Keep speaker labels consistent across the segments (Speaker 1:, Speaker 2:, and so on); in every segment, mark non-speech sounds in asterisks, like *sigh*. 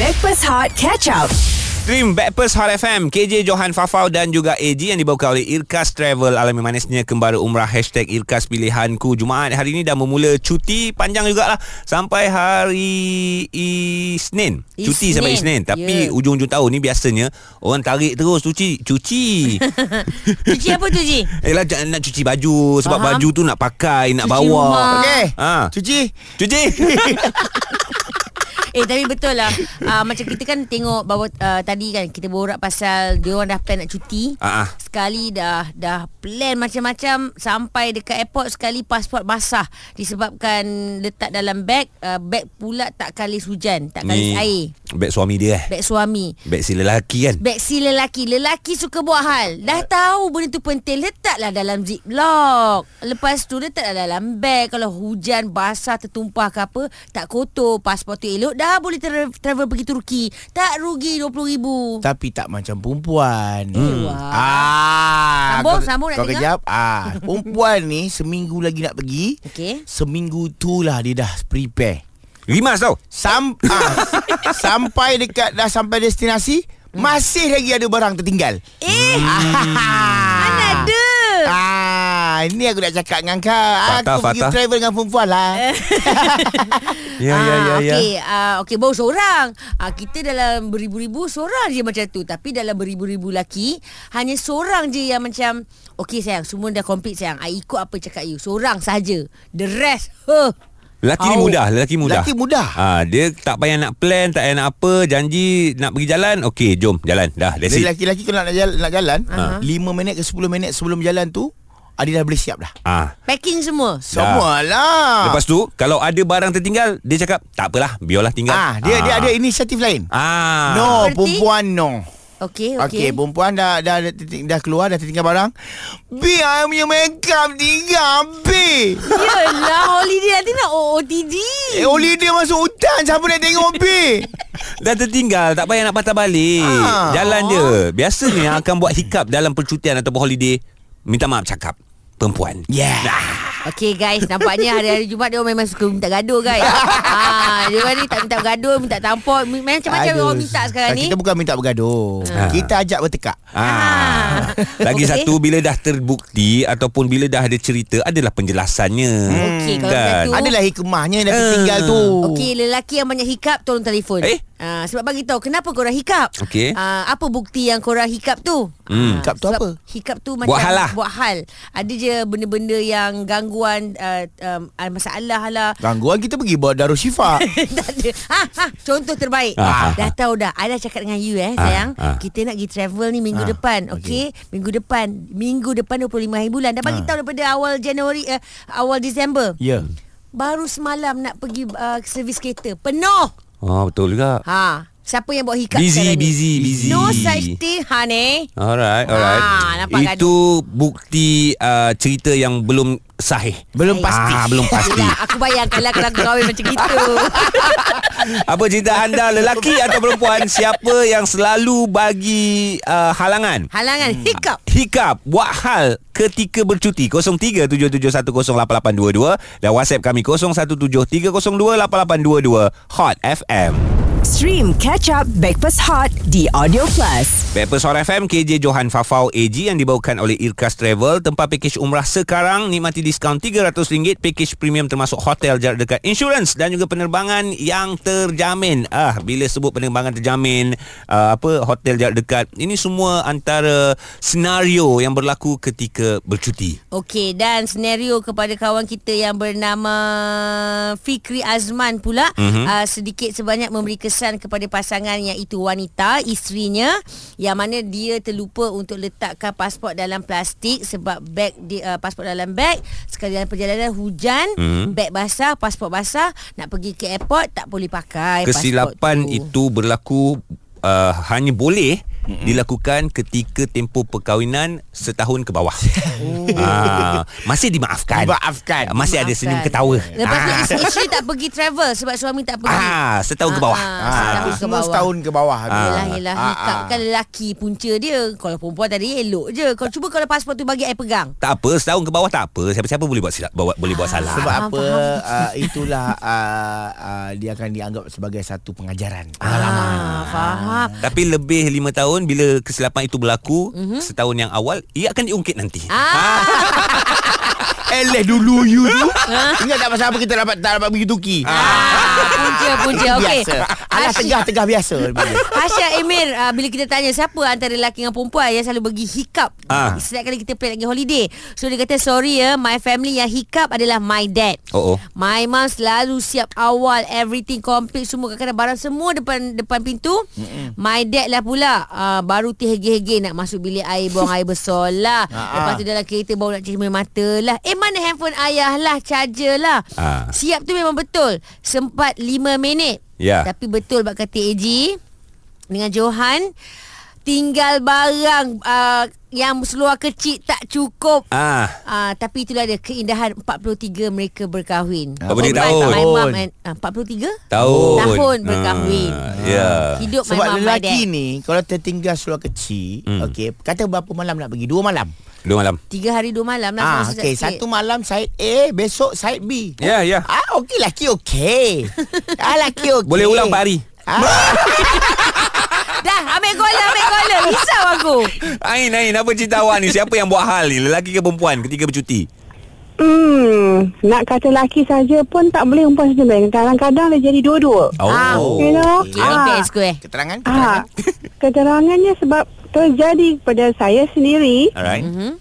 Speaker 1: Backpass Hot Catch Up.
Speaker 2: Stream Backpast Hot FM KJ Johan Fafau dan juga AG Yang dibawakan oleh Irkas Travel Alami manisnya Kembara Umrah Hashtag Irkas Pilihanku Jumaat hari ini dah bermula cuti Panjang jugalah Sampai hari Isnin Cuti
Speaker 3: Isnin.
Speaker 2: sampai Isnin Tapi
Speaker 3: Ya.
Speaker 2: ujung-ujung tahun ni biasanya Orang tarik terus cuci
Speaker 3: *laughs*
Speaker 2: Cuci
Speaker 3: Cuci apa tu Ji?
Speaker 2: Yelah jangan nak cuci baju Sebab
Speaker 3: Faham.
Speaker 2: baju tu nak pakai Nak
Speaker 3: Cuci
Speaker 2: bawa
Speaker 3: rumah.
Speaker 4: Okey.
Speaker 2: ha.
Speaker 4: Cuci.
Speaker 3: *laughs*
Speaker 2: Cuci
Speaker 3: Eh tapi betul lah uh, Macam kita kan tengok bawa, uh, Tadi kan kita borak pasal Dia orang dah plan nak cuti
Speaker 2: Ah, ah.
Speaker 3: Sekali dah dah plan macam-macam Sampai dekat airport Sekali pasport basah Disebabkan letak dalam beg uh, Beg pula tak kalis hujan Tak
Speaker 2: Ni
Speaker 3: kalis air
Speaker 2: Beg suami dia eh
Speaker 3: Beg suami
Speaker 2: Beg si lelaki kan
Speaker 3: Beg si lelaki Lelaki suka buat hal Dah tahu benda tu penting Letaklah dalam ziplock Lepas tu letaklah dalam beg Kalau hujan basah tertumpah ke apa Tak kotor Pasport tu elok Dah boleh tra- travel pergi Turki Tak rugi RM20,000
Speaker 4: Tapi tak macam perempuan. Hmm.
Speaker 3: Wah.
Speaker 4: Ah.
Speaker 3: Sambung,
Speaker 4: kau,
Speaker 3: sambung nak
Speaker 4: Kau
Speaker 3: dengar?
Speaker 4: kejap.
Speaker 3: *laughs*
Speaker 4: Ah, perempuan ni seminggu lagi nak pergi.
Speaker 3: Okey.
Speaker 4: Seminggu tu lah dia dah prepare.
Speaker 2: Rimas tau
Speaker 4: Sam,
Speaker 3: *laughs*
Speaker 4: ah, sampai dekat dah sampai destinasi masih lagi ada barang tertinggal.
Speaker 3: Hmm. Eh
Speaker 2: Hmm.
Speaker 4: Mana
Speaker 3: Mana ada
Speaker 4: Ah, ini aku nak cakap dengan kau. Ah,
Speaker 2: Fatah,
Speaker 4: aku pergi
Speaker 2: Fatah.
Speaker 4: travel dengan perempuan lah.
Speaker 3: Eh.
Speaker 2: Ya
Speaker 3: Okey, uh, okey baru seorang. Uh, kita dalam beribu-ribu seorang je macam tu. Tapi dalam beribu-ribu lelaki, hanya seorang je yang macam Okey sayang, semua dah complete sayang. I ikut apa cakap you. Seorang saja. The rest, huh.
Speaker 2: Lelaki ni
Speaker 3: Au.
Speaker 2: mudah Lelaki mudah
Speaker 4: Lelaki mudah.
Speaker 2: ha, Dia tak payah nak plan Tak payah nak apa Janji nak pergi jalan Okey jom jalan Dah that's
Speaker 4: Dia
Speaker 2: it
Speaker 4: lelaki-lelaki kalau nak jalan, nak jalan
Speaker 3: Ah.
Speaker 4: 5 minit ke 10 minit sebelum jalan tu, ah, dia dah boleh siap dah.
Speaker 2: ha.
Speaker 3: Packing semua.
Speaker 4: Semua lah.
Speaker 2: Lepas tu Kalau ada barang tertinggal Dia cakap Tak apalah Biarlah tinggal
Speaker 4: Ah, dia dia ada inisiatif lain.
Speaker 2: ah.
Speaker 4: No,
Speaker 3: Seperti?
Speaker 4: perempuan no.
Speaker 3: Okey,
Speaker 4: Okey, okay,
Speaker 3: okey.
Speaker 4: perempuan dah, dah dah dah- dah keluar dah tertinggal barang. Biar I punya makeup tinggal
Speaker 3: *laughs*
Speaker 4: habis.
Speaker 3: Yelah, holiday nanti nak OOTD.
Speaker 4: Eh, oli dia masuk hutan Siapa nak tengok
Speaker 3: *laughs*
Speaker 4: habis
Speaker 2: Dah tertinggal Tak payah nak patah balik
Speaker 4: Ah.
Speaker 2: Jalan je Biasanya yang akan buat hiccup Dalam percutian Ataupun holiday Minta maaf cakap
Speaker 4: *laughs*
Speaker 2: Perempuan
Speaker 4: Yeah
Speaker 3: Okey guys, nampaknya hari-hari Jumaat dia orang memang suka minta
Speaker 2: *laughs*
Speaker 3: gaduh guys. ha, dia orang ni tak minta gaduh, minta tampol, macam-macam
Speaker 4: Aduh.
Speaker 3: orang minta sekarang ni.
Speaker 4: Kita bukan minta bergaduh
Speaker 2: Ah.
Speaker 4: Kita ajak bertekak
Speaker 2: Ah. Lagi
Speaker 3: Okey.
Speaker 2: satu bila dah terbukti ataupun bila dah ada cerita adalah penjelasannya. Kan?
Speaker 3: Okey, kalau macam tu-
Speaker 4: Adalah hikmahnya yang dah tertinggal tu
Speaker 3: Ah. Okey, lelaki yang banyak hiccup tolong telefon.
Speaker 2: Eh?
Speaker 3: Ah, sebab bagi tahu kenapa korang hiccup.
Speaker 2: Okey.
Speaker 3: Ah, apa bukti yang korang hiccup tu? Ah,
Speaker 2: Hmm.
Speaker 4: Hiccup tu
Speaker 3: sebab
Speaker 4: apa?
Speaker 3: Hiccup tu
Speaker 2: Buat
Speaker 3: macam
Speaker 2: hal lah.
Speaker 3: buat hal. Ada je benda-benda yang gangguan uh, um, ah, masalah lah.
Speaker 4: Gangguan kita pergi buat Darul Syifa
Speaker 3: *laughs* tak ada. Ha, ha, contoh terbaik.
Speaker 2: Ah,
Speaker 3: Ah,
Speaker 2: ah,
Speaker 3: dah tahu dah. Ada cakap dengan you eh, sayang.
Speaker 2: ah.
Speaker 3: Kita nak pergi travel ni minggu
Speaker 2: Ha,
Speaker 4: Ah,
Speaker 3: depan. Okey. Minggu depan. Minggu depan 25 hari bulan. Dah
Speaker 2: Ha.
Speaker 3: bagi tahu daripada awal Januari eh, awal Disember.
Speaker 4: Ya
Speaker 3: Baru semalam nak pergi uh, servis kereta. Penuh.
Speaker 2: Oh betul juga.
Speaker 3: Ha, siapa yang buat hiccup
Speaker 2: Busy
Speaker 3: sekarang ni?
Speaker 2: busy busy.
Speaker 3: No such thing, honey.
Speaker 2: Alright, alright.
Speaker 3: Ah, nampak
Speaker 2: Itu bukti uh, cerita yang belum sahih.
Speaker 4: Belum
Speaker 3: Baik.
Speaker 4: pasti
Speaker 2: Ah, belum pasti.
Speaker 3: Yelah, aku bayangkan lah kalau aku kahwin macam
Speaker 2: *laughs*
Speaker 3: gitu.
Speaker 2: Apa cerita anda lelaki atau perempuan siapa yang selalu bagi uh, halangan?
Speaker 3: Halangan, hiccup.
Speaker 2: Hiccup Buat hal ketika bercuti 0377108822 Dan WhatsApp kami 0173028822 Hot FM
Speaker 1: Stream Catch Up Backpass Hot di Audio Plus.
Speaker 2: Backpast Hot FM KJ Johan Fafau AG Yang dibawakan oleh Irkas Travel Tempat pakej umrah sekarang Nikmati diskaun RM300 Pakej premium termasuk hotel jarak dekat Insurans dan juga penerbangan yang terjamin Ah, Bila sebut penerbangan terjamin uh, apa Hotel jarak dekat Ini semua antara senario yang berlaku ketika bercuti
Speaker 3: Okey dan senario kepada kawan kita yang bernama Fikri Azman pula
Speaker 2: Mhm.
Speaker 3: mm-hmm. uh, sedikit sebanyak memberi kesan kepada pasangan yang itu wanita isterinya yang mana dia terlupa untuk letakkan pasport dalam plastik sebab beg di uh, pasport dalam beg sekali dalam perjalanan hujan
Speaker 2: Mhm.
Speaker 3: mm-hmm. beg basah pasport basah nak pergi ke airport tak boleh pakai pasport
Speaker 2: Kesilapan
Speaker 3: tu.
Speaker 2: itu berlaku uh, hanya boleh mm-hmm. dilakukan ketika tempoh perkahwinan setahun ke bawah. ah, masih dimaafkan.
Speaker 4: Dimaafkan.
Speaker 2: Eh, Masih ada senyum
Speaker 3: Maafkan.
Speaker 2: ketawa.
Speaker 3: Lepas tu
Speaker 2: Ah.
Speaker 3: isteri, isteri tak pergi travel sebab suami tak pergi.
Speaker 2: Ah, setahun ke bawah.
Speaker 3: Ah,
Speaker 2: Ah.
Speaker 3: setahun ke
Speaker 4: Semua
Speaker 3: bawah.
Speaker 4: setahun ke bawah Ah,
Speaker 3: Yelah, yelah. Hikap kan lelaki punca dia. Kalau perempuan tadi elok je. Kau cuba kalau pasport tu bagi air pegang.
Speaker 2: Tak apa, setahun ke bawah tak apa. Siapa-siapa boleh buat silap, bawa, boleh buat
Speaker 3: Ah,
Speaker 2: salah.
Speaker 4: Sebab
Speaker 3: Faham,
Speaker 4: apa uh, itulah *laughs* uh, uh, dia akan dianggap sebagai satu pengajaran.
Speaker 3: Ah, faham.
Speaker 2: Tapi lebih lima tahun bila kesilapan itu berlaku mm-hmm. setahun yang awal ia akan diungkit nanti.
Speaker 3: Mhm. Ah,
Speaker 4: Eleh dulu you tu. Ingat tak pasal apa kita dapat tak dapat pergi Turki. *laughs*
Speaker 3: ah, punca, punca.
Speaker 4: Itu
Speaker 3: Okey.
Speaker 4: Biasa. Alah
Speaker 3: Asyik-
Speaker 4: tegah-tegah
Speaker 3: *laughs*
Speaker 4: biasa.
Speaker 3: Hasha Emir uh, Bila kita tanya Siapa antara lelaki dengan perempuan Yang selalu bagi hiccup
Speaker 2: Ah.
Speaker 3: Setiap kali kita plan lagi holiday So dia kata Sorry ya My family yang hiccup Adalah my dad
Speaker 2: Oh, oh.
Speaker 3: My mom selalu siap awal Everything complete Semua kadang-kadang barang semua Depan depan pintu Mm-mm. My dad lah pula uh, Baru terhege-hege Nak masuk bilik air Buang air besar lah Lepas tu dalam kereta Baru nak cermin mata lah Eh mana handphone ayah lah Charger lah
Speaker 2: Ah.
Speaker 3: Siap tu memang betul Sempat 5 minit
Speaker 2: Ya.
Speaker 3: Tapi betul bak kata AG Dengan Johan Tinggal barang uh, Yang seluar kecil tak cukup
Speaker 2: Ah,
Speaker 3: Ah, tapi itulah dia keindahan 43 mereka berkahwin.
Speaker 2: 43
Speaker 4: Ah,
Speaker 3: My-
Speaker 2: tahun.
Speaker 3: My mum and ah, 43
Speaker 2: tahun.
Speaker 3: tahun berkahwin.
Speaker 2: Ah, ya.
Speaker 3: Hidup my mum
Speaker 4: Sebab
Speaker 3: my
Speaker 4: lelaki
Speaker 3: dad.
Speaker 4: ni kalau tertinggal seluar kecil,
Speaker 2: Hmm.
Speaker 4: okey, kata berapa malam nak pergi? Dua malam.
Speaker 2: Dua malam.
Speaker 3: Tiga hari dua malam lah
Speaker 4: Ah,
Speaker 3: sama
Speaker 4: okey,
Speaker 3: sikit.
Speaker 4: satu malam side A, besok side B.
Speaker 2: Ya, ya.
Speaker 4: Ah, okey laki
Speaker 3: *laughs*
Speaker 4: okey. ah, laki okey.
Speaker 2: Boleh ulang Pak Ari.
Speaker 4: Ah,
Speaker 3: Dah ambil kola Ambil
Speaker 4: *laughs*
Speaker 3: kola Risau aku
Speaker 2: Ain, Ain, apa cerita awak ni? Siapa yang buat hal ni? Lelaki ke perempuan ketika bercuti?
Speaker 5: Hmm, nak kata lelaki saja pun tak boleh umpan sendiri. Kadang-kadang dia jadi dua-dua.
Speaker 3: Ah,
Speaker 2: Oh.
Speaker 5: you know?
Speaker 3: Okay ni best aku eh
Speaker 4: keterangan, keterangan.
Speaker 5: Ah, keterangannya sebab terjadi kepada saya sendiri
Speaker 2: Alright.
Speaker 3: Mm.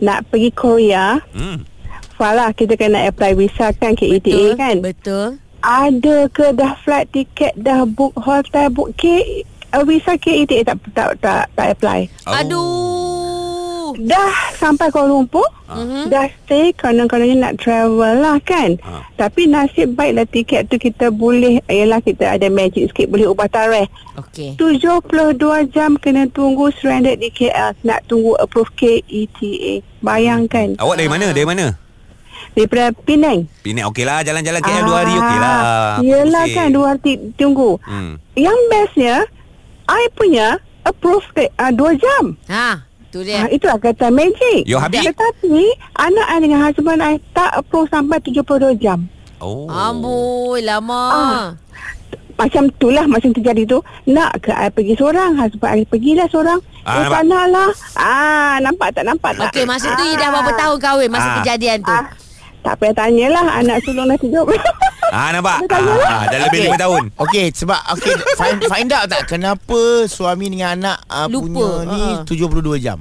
Speaker 5: nak pergi Korea.
Speaker 2: Hmm.
Speaker 5: Falah kita kena apply visa kan KETA
Speaker 3: Betul
Speaker 5: kan.
Speaker 3: Betul
Speaker 5: Ada ke dah flight tiket, dah book hotel, book K uh, visa KETA tak tak tak, tak apply.
Speaker 2: Oh.
Speaker 3: Aduh
Speaker 5: Dah sampai Kuala Lumpur
Speaker 2: Ah.
Speaker 5: uh-huh. Dah stay Konon-kononnya nak travel lah kan
Speaker 2: Mhm. Ah.
Speaker 5: uh. Tapi nasib baiklah tiket tu kita boleh Ialah kita ada magic sikit Boleh ubah tarikh
Speaker 3: Okay
Speaker 5: 72 jam kena tunggu surrender di KL Nak tunggu approve KETA Bayangkan
Speaker 2: Awak dari mana? Dari mana?
Speaker 5: Daripada Penang
Speaker 2: Penang okey lah. Jalan-jalan KL dua hari okey lah.
Speaker 5: Ah, Yelah
Speaker 2: Pusing.
Speaker 5: kan dua hari tunggu
Speaker 2: Hmm.
Speaker 5: Yang bestnya I punya approve uh, 2 jam
Speaker 3: Ha Tu dia
Speaker 5: Yeah. Ha, itulah kata magic.
Speaker 2: You habis?
Speaker 5: Tetapi anak saya dengan husband saya tak approve sampai 72 jam.
Speaker 2: Oh.
Speaker 3: Amboi lama
Speaker 5: Ah. Macam itulah macam terjadi tu. Nak ke saya pergi seorang, husband saya pergilah seorang.
Speaker 2: Ah,
Speaker 5: Ah, eh,
Speaker 2: nampak.
Speaker 5: tak nak lah. Ah, nampak tak nampak tak?
Speaker 3: Okay masa tu
Speaker 5: Ah.
Speaker 3: you dah berapa tahun kahwin Masa
Speaker 2: Ah.
Speaker 3: kejadian tu
Speaker 5: Ah, tak payah tanyalah anak sulung dah hidup.
Speaker 2: Ah, nampak?
Speaker 5: lah.
Speaker 2: Ah, dah lebih lima tahun.
Speaker 4: Okey, sebab
Speaker 3: *laughs*
Speaker 4: okey find, find out tak kenapa suami dengan anak uh,
Speaker 3: Lupa,
Speaker 4: punya ni
Speaker 3: ah.
Speaker 4: 72 jam.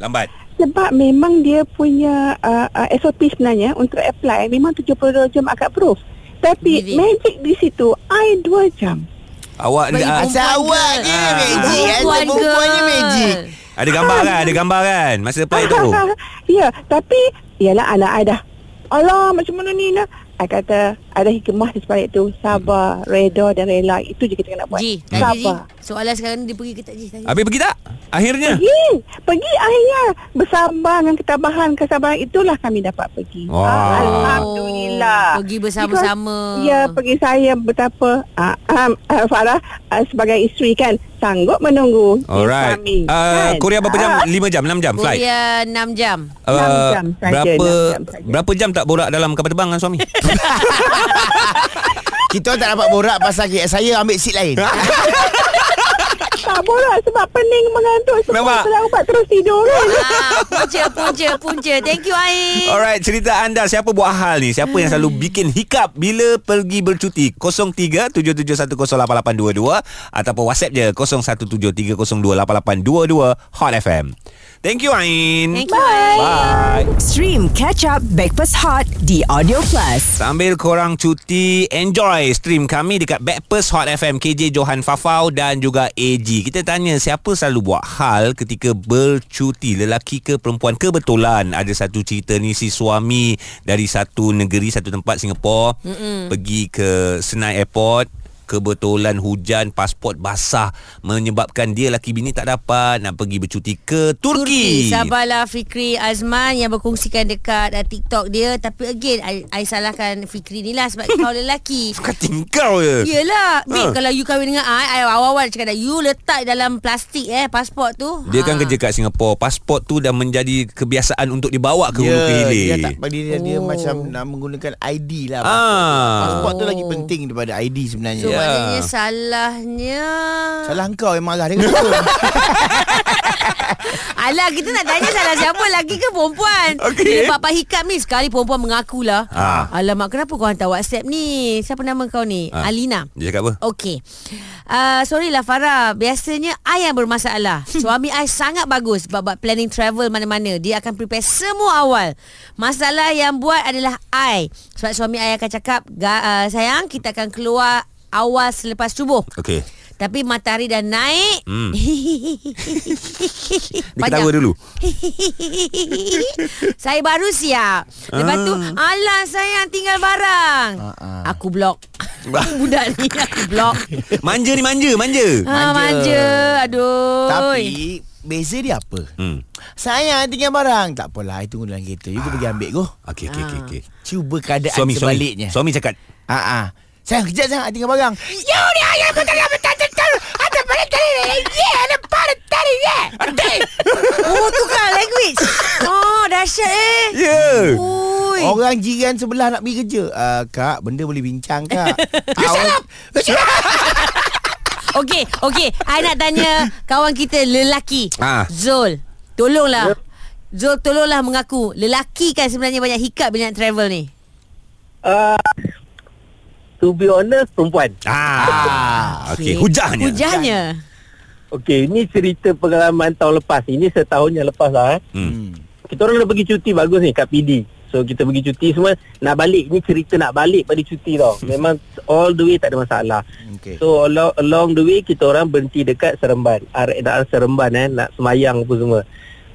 Speaker 2: Lambat.
Speaker 5: *laughs* Sebab memang dia punya uh, uh, SOP sebenarnya untuk apply memang 72 jam agak approve. Tapi
Speaker 3: Really?
Speaker 5: magic di situ I 2 jam.
Speaker 2: Awak
Speaker 3: Bagi
Speaker 2: ah,
Speaker 3: perempuan
Speaker 4: Asal awak
Speaker 3: girl.
Speaker 4: je
Speaker 2: Ah.
Speaker 4: magic. Asal
Speaker 3: Perempuan
Speaker 4: perempuan je
Speaker 3: girl.
Speaker 4: magic.
Speaker 2: ada gambar kan? Ada gambar kan? Masa play
Speaker 5: *laughs*
Speaker 2: tu.
Speaker 5: ya, tapi ialah anak I dah. Alah, macam mana ni nak? I kata ada hikmah di sebalik tu. Sabar,
Speaker 2: Hmm.
Speaker 5: reda dan rela. Itu je kita kena buat.
Speaker 3: Ji Tanya Ji
Speaker 5: Sabar.
Speaker 3: Soalan sekarang ni dia pergi ke tak Ji Tanya
Speaker 2: Habis pergi tak? Akhirnya.
Speaker 5: Pergi, pergi akhirnya bersabar dengan ketabahan kesabaran itulah kami dapat pergi.
Speaker 2: Wah.
Speaker 5: Ah, Alhamdulillah.
Speaker 3: Pergi bersama-sama.
Speaker 5: Because, Ya, pergi saya betapa uh, um, uh, Farah uh, sebagai isteri kan sanggup menunggu si
Speaker 2: Alright.
Speaker 5: suami.
Speaker 2: Uh,
Speaker 5: kan?
Speaker 2: Korea berapa jam?
Speaker 5: Ah.
Speaker 2: 5 jam, 6 jam flight.
Speaker 3: Korea 6 jam
Speaker 5: Enam
Speaker 2: Uh,
Speaker 5: jam saja,
Speaker 2: berapa
Speaker 5: enam jam saja.
Speaker 2: berapa jam tak borak dalam kapal terbang dengan suami?
Speaker 4: Kita tak dapat borak pasal KL. Saya ambil seat
Speaker 3: *laughs*
Speaker 4: lain.
Speaker 5: Tak borak sebab pening mengantuk sebab
Speaker 2: Nampak?
Speaker 5: selang ubat terus tidur kan.
Speaker 3: Ah, punca, punca, punca. Thank you, Ain.
Speaker 2: Alright, cerita anda siapa buat hal ni? Siapa yang
Speaker 3: Hmm.
Speaker 2: selalu bikin hiccup bila pergi bercuti? 0377108822 ataupun WhatsApp je 0173028822 Hot FM. Thank you Ain.
Speaker 3: Thank you, Ain.
Speaker 2: Bye.
Speaker 1: Stream Catch Up Backpass Hot di Audio Plus.
Speaker 2: Sambil korang cuti Enjoy stream kami Dekat Backpast Hot FM KJ Johan Fafau Dan juga AG Kita tanya Siapa selalu buat hal Ketika bercuti Lelaki ke perempuan Kebetulan Ada satu cerita ni Si suami Dari satu negeri Satu tempat Singapura Mm-mm. Pergi ke Senai Airport Kebetulan hujan, pasport basah menyebabkan dia laki bini tak dapat nak pergi bercuti ke Turki.
Speaker 3: Turki Sabarlah Fikri Azman Yang berkongsikan dekat uh, TikTok dia Tapi again I, I salahkan Fikri ni lah Sebab
Speaker 2: *laughs*
Speaker 3: kau lelaki
Speaker 2: Kata kau je.
Speaker 3: Yelah
Speaker 2: Ha.
Speaker 3: Babe kalau you kahwin dengan I I awal-awal cakap dah You letak dalam plastik eh Pasport tu Ah.
Speaker 2: Dia
Speaker 4: Ah.
Speaker 2: kan kerja kat Singapura. Pasport tu dah menjadi kebiasaan untuk dibawa ke hulu ke
Speaker 4: dia,
Speaker 2: hilir.
Speaker 4: Ya, dia tak bagi dia, dia
Speaker 3: Oh.
Speaker 4: macam nak menggunakan ID lah.
Speaker 2: Ah.
Speaker 4: Pasport tu lagi
Speaker 3: Oh.
Speaker 4: penting daripada ID sebenarnya.
Speaker 3: So
Speaker 2: Ya.
Speaker 3: yeah. maknanya salahnya
Speaker 4: Salah kau yang marah
Speaker 3: *laughs*
Speaker 4: dia kata.
Speaker 3: Alah kita nak tanya salah siapa lagi ke perempuan
Speaker 2: Okey.
Speaker 3: Bila Papa Hikam ni Sekali perempuan mengakulah
Speaker 2: Ha.
Speaker 3: Alamak kenapa kau hantar whatsapp ni Siapa nama kau ni
Speaker 2: Ha.
Speaker 3: Alina
Speaker 2: Dia cakap apa?
Speaker 3: Okey. Uh, sorry lah Farah. Biasanya I yang
Speaker 4: *laughs*
Speaker 3: bermasalah. Suami I sangat bagus buat planning travel mana-mana. Dia akan prepare semua awal. Masalah yang buat adalah I. Sebab suami I akan cakap, "Ga- uh, sayang kita akan keluar awal selepas subuh.
Speaker 2: Okey.
Speaker 3: Tapi matahari dah naik.
Speaker 2: Hmm. Dia
Speaker 3: Panjang.
Speaker 2: ketawa dulu.
Speaker 3: *laughs* saya baru siap. Lepas tu, alah sayang tinggal barang.
Speaker 4: ah.
Speaker 3: Aku
Speaker 4: *laughs*
Speaker 3: blok. Budak ni aku blok.
Speaker 2: Manja ni manja, manja.
Speaker 3: Ah, manja.
Speaker 4: Manja.
Speaker 3: Aduh.
Speaker 4: Tapi beza dia apa?
Speaker 2: Hmm.
Speaker 4: Saya tinggal barang. Tak apalah, I tunggu dalam kereta. You pergi ambil ko.
Speaker 2: Okey, okey, okey. okey.
Speaker 4: Cuba keadaan
Speaker 2: Suami, suami.
Speaker 4: sebaliknya.
Speaker 2: Suami cakap.
Speaker 4: Ah ah. Sayang kejap sayang I tinggal barang. You ni ayam betul betul betul. Ada pada tadi. Ya, ada pada tadi. Ya.
Speaker 3: Oh tukar language Oh dahsyat eh
Speaker 2: Ya. Yeah.
Speaker 3: Ui
Speaker 2: Oh.
Speaker 4: Orang jiran sebelah nak pergi kerja. Ah, kak, benda boleh bincang kak. You salam.
Speaker 3: Okey Okey I nak tanya Kawan kita lelaki
Speaker 2: Ah.
Speaker 3: Zul Tolonglah Zul tolonglah mengaku Lelaki kan sebenarnya banyak hiccup Bila nak travel ni
Speaker 5: Uh, to be honest, perempuan.
Speaker 2: Ah. Okey, hujahnya.
Speaker 3: Hujahnya
Speaker 5: Okey, ini cerita pengalaman tahun lepas. Ini setahun yang lepas lah. Eh.
Speaker 2: Hmm.
Speaker 4: Hmm.
Speaker 5: Kita orang dah pergi cuti bagus ni kat PD. So, kita pergi cuti semua. Nak balik, ni cerita nak balik pada cuti tau. Memang all the way tak ada masalah.
Speaker 4: Okey.
Speaker 5: So, along, along the way, kita orang berhenti dekat Seremban. RR Seremban eh, nak semayang apa semua.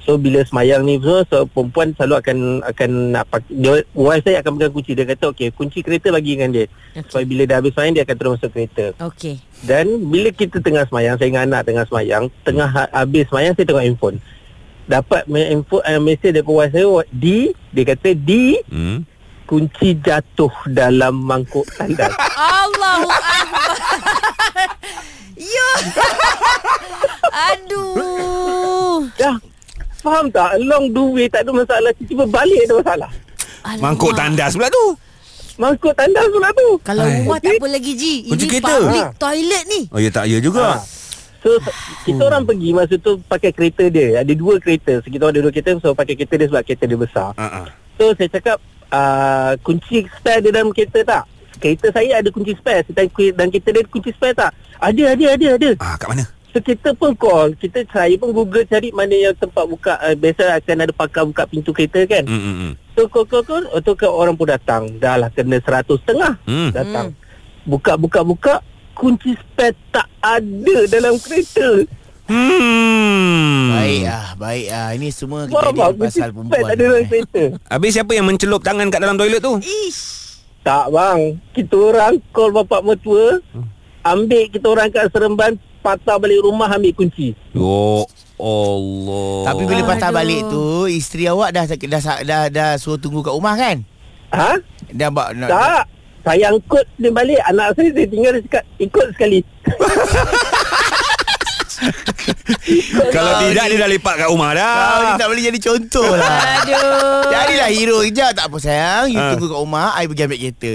Speaker 5: So, bila semayang ni semua, so, perempuan selalu akan akan nak pakai. Dia, wife saya akan pegang kunci. Dia kata, okey, kunci kereta bagi dengan dia. Supaya bila dah habis semayang, dia akan terus masuk kereta.
Speaker 3: Okey
Speaker 5: Dan bila kita tengah semayang Saya dengan anak tengah semayang Tengah ha- habis semayang Saya tengok handphone Dapat me- handphone uh, Mesej daripada wife saya "Wah, Di Dia kata Di
Speaker 2: Hmm.
Speaker 5: Kunci jatuh dalam mangkuk sandal
Speaker 3: Allahu Akbar Yo Aduh
Speaker 5: Dah Faham tak? Long the way tak ada masalah Tiba-tiba balik ada masalah
Speaker 3: Alamak.
Speaker 2: Mangkuk tandas pula tu.
Speaker 5: Mangkuk tandang pula tu
Speaker 3: Kalau
Speaker 2: Hai.
Speaker 3: rumah tak apa lagi Ji
Speaker 2: Kunci
Speaker 3: Ini
Speaker 2: kereta.
Speaker 3: public
Speaker 5: Ha.
Speaker 3: toilet ni
Speaker 2: Oh, ya tak ya juga.
Speaker 5: So s- kita orang pergi masa tu pakai kereta dia Ada dua kereta So kita orang ada dua kereta So pakai kereta dia sebab kereta dia besar
Speaker 2: Ah. ah.
Speaker 5: So saya cakap uh, Kunci spare dia dalam kereta tak? Kereta saya ada kunci spare Saya tanya "Ke- dalam kereta dia ada kunci spare tak? Ada, ada, ada, ada
Speaker 2: Ah, kat mana?
Speaker 5: So kita pun call Kita saya pun google cari mana yang tempat buka uh, Biasa akan ada pakar buka pintu kereta kan
Speaker 2: Hmm. Hmm. hmm.
Speaker 5: So call, call, call Oh, tu ke orang pun datang Dah lah kena seratus setengah
Speaker 2: Hmm.
Speaker 5: Datang Buka, buka, buka Kunci spare tak ada dalam kereta
Speaker 2: Hmm.
Speaker 4: Baik ah, baik ah. Ini semua kita
Speaker 5: Faham
Speaker 4: ada
Speaker 5: tak? Kunci
Speaker 4: pasal
Speaker 5: spare
Speaker 4: perempuan. lah, eh.
Speaker 5: tak ada dalam kereta
Speaker 2: Habis siapa yang mencelup tangan kat dalam toilet tu?
Speaker 3: Ish
Speaker 5: Tak bang Kita orang call bapak mertua hmm. Ambil kita orang kat Seremban Patah balik rumah ambil kunci
Speaker 2: Oh, Allah.
Speaker 4: Tapi bila
Speaker 3: Aduh.
Speaker 4: patah balik tu, isteri awak dah dah dah, dah, dah, dah suruh tunggu kat rumah kan?
Speaker 5: Ha?
Speaker 4: Dah bak
Speaker 5: Tak, tak. Saya angkut dia balik Anak saya saya tinggal dia cakap Ikut sekali
Speaker 2: kalau tidak dia dah lepak kat rumah dah.
Speaker 4: Kau ni Ah, tak boleh jadi contoh lah.
Speaker 3: Aduh
Speaker 4: Jadilah hero kejap. Tak apa sayang. You
Speaker 2: Ah.
Speaker 4: tunggu kat rumah. I pergi ambil kereta.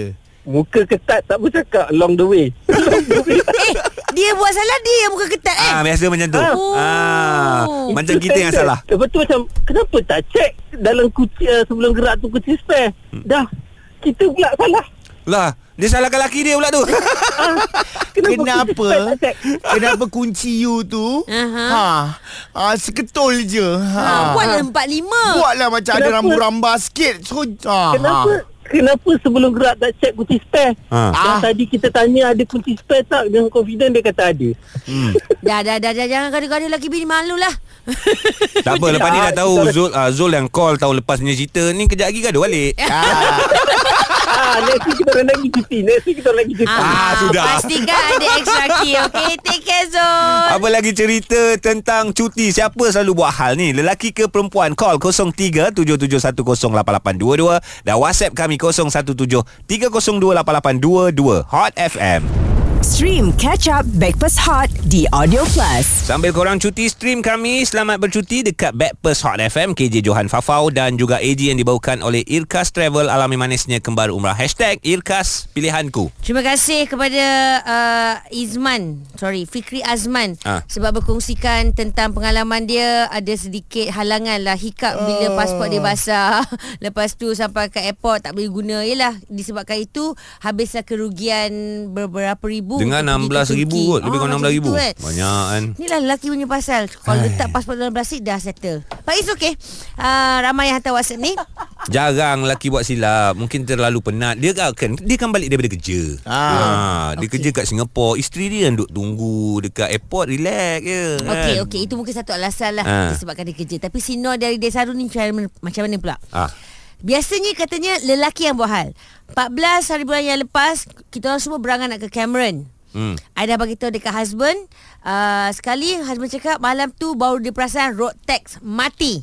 Speaker 5: Muka ketat tak bercakap Along the way Along the way
Speaker 3: Eh Dia buat salah Dia yang muka ketat eh
Speaker 2: Ah, biasa macam tu.
Speaker 3: Oh.
Speaker 2: Ah, *laughs* macam kita yang salah.
Speaker 5: Lepas tu Eh, macam Kenapa tak check Dalam kunci uh, Sebelum gerak tu kunci spare hmm. Dah Kita pula salah
Speaker 2: *laughs* Lah, dia salahkan laki dia pula tu. *laughs*
Speaker 5: Kenapa, kunci
Speaker 4: Kenapa
Speaker 5: spare tak check
Speaker 4: *laughs* Kenapa kunci you tu
Speaker 3: Aha.
Speaker 4: ha, ha, Seketul je
Speaker 3: Ha,
Speaker 2: Ah.
Speaker 4: ha.
Speaker 3: buat lah empat lima
Speaker 4: Buatlah macam ada
Speaker 5: Kenapa?
Speaker 4: rambu-ramba sikit so, ha,
Speaker 5: Kenapa
Speaker 4: ha.
Speaker 5: Kenapa sebelum gerak tak check kunci spare?
Speaker 2: Ha.
Speaker 5: Yang
Speaker 4: Ah.
Speaker 5: tadi kita tanya ada kunci spare tak? Dengan confident dia kata ada.
Speaker 3: Dah dah dah, dah Jangan gaduh-gaduh lagi Bini malu lah
Speaker 2: tak apa, lepas ni dah tahu Zul, ah, Zul yang call tahun lepas punya cerita ni kejap lagi gaduh balik.
Speaker 4: Ha.
Speaker 5: ah, next week kita orang lagi cuti. Next week kita orang lagi cuti.
Speaker 2: Ah, sudah.
Speaker 3: Pastikan ada extra key Okay take care Zul
Speaker 2: Apa lagi cerita tentang cuti Siapa selalu buat hal ni Lelaki ke perempuan Call 0377108822 Dan whatsapp kami 0173028822 Hot FM
Speaker 1: Stream Catch Up Backpass Hot di Audio Plus.
Speaker 2: Sambil korang cuti stream kami Selamat bercuti dekat Backpast Hot FM KJ Johan Fafau Dan juga AG yang dibawakan oleh Irkas Travel Alami manisnya kembar umrah Hashtag Irkas Pilihanku
Speaker 3: Terima kasih kepada uh, Izman Sorry Fikri Azman
Speaker 2: Ah.
Speaker 3: Sebab berkongsikan Tentang pengalaman dia Ada sedikit halangan lah Hiccup bila pasport dia basah *laughs* Lepas tu sampai ke airport Tak boleh guna Yelah Disebabkan itu Habislah kerugian Beberapa ribu
Speaker 2: Dengan
Speaker 3: untuk
Speaker 2: 16,000
Speaker 3: pergi ke Turki.
Speaker 2: kot. Lebih kurang
Speaker 3: macam
Speaker 2: 16,000.
Speaker 3: tu kan.
Speaker 2: Banyak kan.
Speaker 3: Inilah lelaki punya pasal Kalau letak pasport dalam plastik Dah settle But it's okay uh, Ramai yang hantar whatsapp ni
Speaker 2: Jarang lelaki buat silap Mungkin terlalu penat Dia kan dia kan balik daripada kerja ah. Dia okay. kerja kat Singapura Isteri dia yang duk tunggu Dekat airport Relax je
Speaker 3: Okey
Speaker 2: kan.
Speaker 3: okey itu mungkin satu alasan lah
Speaker 2: Ha.
Speaker 3: ha. disebabkan dia kerja. Tapi si Noor dari Desaru ni cara, macam mana pula?
Speaker 2: Ah.
Speaker 3: Biasanya katanya lelaki yang buat hal. 14 hari bulan yang lepas kita orang semua berangan nak ke Cameron.
Speaker 2: Hmm.
Speaker 3: I dah bagi tahu dekat husband uh, sekali husband cakap malam tu baru dia perasan road tax mati.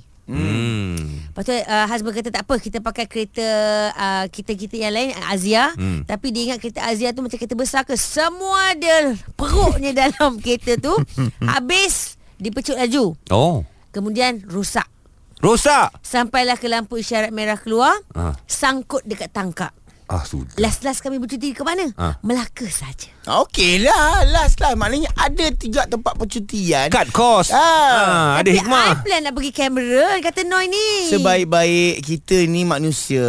Speaker 2: Hmm.
Speaker 3: Lepas tu uh, husband kata tak apa kita pakai kereta uh, kita-kita yang lain Azia
Speaker 2: Hmm.
Speaker 3: hmm. tapi dia ingat kereta Azia tu macam kereta besar ke semua ada perutnya *laughs* dalam kereta
Speaker 2: *laughs*
Speaker 3: tu habis dipecut laju
Speaker 2: Oh
Speaker 3: kemudian rusak
Speaker 2: Rosak
Speaker 3: sampailah ke lampu isyarat merah keluar
Speaker 2: Ah.
Speaker 3: sangkut dekat tangkap
Speaker 2: Ah sudah
Speaker 3: last-last kami bercuti ke mana
Speaker 2: Ah.
Speaker 3: Melaka saja
Speaker 4: *laughs* Okey lah Last lah Maknanya ada tiga tempat percutian
Speaker 2: Cut cost ah.
Speaker 4: Ah.
Speaker 2: Ada hikmah
Speaker 3: I plan nak pergi Cameron kata Noi ni
Speaker 4: Sebaik-baik kita ni manusia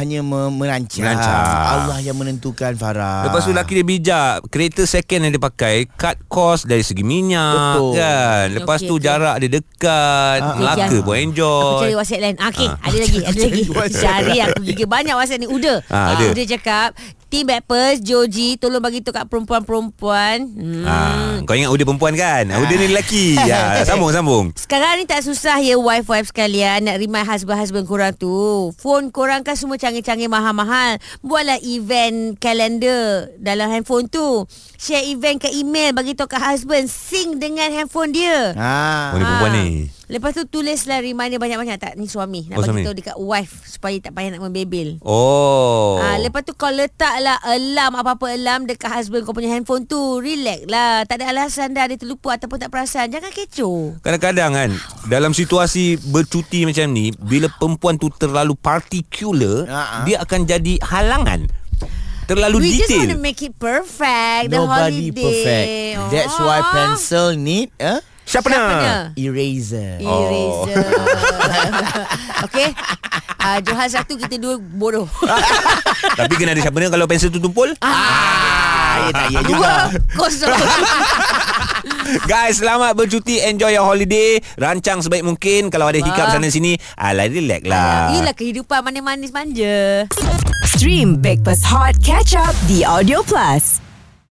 Speaker 4: hanya me- merancang.
Speaker 2: Merancang.
Speaker 4: Allah yang menentukan Farah.
Speaker 2: Lepas tu lelaki dia bijak Kereta second yang dia pakai Cut cost dari segi minyak
Speaker 4: Betul.
Speaker 2: kan Lepas
Speaker 3: Okey,
Speaker 2: tu
Speaker 3: okey.
Speaker 2: jarak dia dekat
Speaker 4: Ah,
Speaker 2: Melaka
Speaker 3: jangan.
Speaker 2: pun
Speaker 3: Aku
Speaker 2: enjoy
Speaker 3: cari WhatsApp lain. Ah, Okey, ada lagi, ada lagi. Cari aku gigit banyak WhatsApp ni. Uda.
Speaker 2: Ah, ada.
Speaker 3: Uda cakap, Team Backpers, Joji, tolong bagi tu kat perempuan-perempuan. Hmm.
Speaker 2: Ah, kau ingat Uda perempuan kan? Ah. Uda ni lelaki.
Speaker 3: *laughs*
Speaker 2: Ya, sambung sambung.
Speaker 3: Sekarang ni tak susah ya wife-wife sekalian Nak remind husband-husband korang tu Phone korang kan semua canggih-canggih mahal-mahal Buatlah event kalender dalam handphone tu Share event ke email Bagi tahu kat husband Sync dengan handphone dia
Speaker 2: Oh,
Speaker 4: Ha.
Speaker 2: ni perempuan
Speaker 3: Ah.
Speaker 2: ni.
Speaker 3: Lepas tu tulislah reminder banyak-banyak tak ni suami
Speaker 2: Oh,
Speaker 3: nak oh, bagi
Speaker 2: suami.
Speaker 3: tahu dekat wife supaya tak payah nak membebel.
Speaker 2: Oh.
Speaker 3: Ah, lepas tu kau letaklah alarm apa-apa alarm dekat husband kau punya handphone tu. Relax lah. Tak ada alasan dah dia terlupa ataupun tak perasan. Jangan kecoh.
Speaker 2: Kadang-kadang kan Dalam situasi bercuti macam ni Bila perempuan tu terlalu particular
Speaker 4: Ah, ah.
Speaker 2: Dia akan jadi halangan Terlalu
Speaker 3: We just want
Speaker 2: detail
Speaker 3: to make it perfect. The
Speaker 4: Nobody
Speaker 3: holiday.
Speaker 4: perfect. That's why Ah.
Speaker 3: Ah.
Speaker 4: pencil need a
Speaker 2: Sharpener
Speaker 3: Eraser.
Speaker 4: eraser. Oh.
Speaker 3: *laughs* okay. Uh, Johan satu, kita dua
Speaker 4: *laughs*
Speaker 2: *laughs*
Speaker 3: bodoh. *laughs*
Speaker 2: Tapi kena ada sharpener Kalau pensel tu tumpul
Speaker 4: Ah, ya tak ya juga.
Speaker 3: Dua
Speaker 4: *laughs*
Speaker 3: kosong.
Speaker 2: Guys selamat bercuti Enjoy your holiday Rancang sebaik mungkin Kalau ada hiccup sana sini Alah relax
Speaker 4: Ah.
Speaker 2: lah
Speaker 3: Yelah kehidupan mana manis manja.
Speaker 1: Stream Backpass Hot Catch Up di Audio Plus.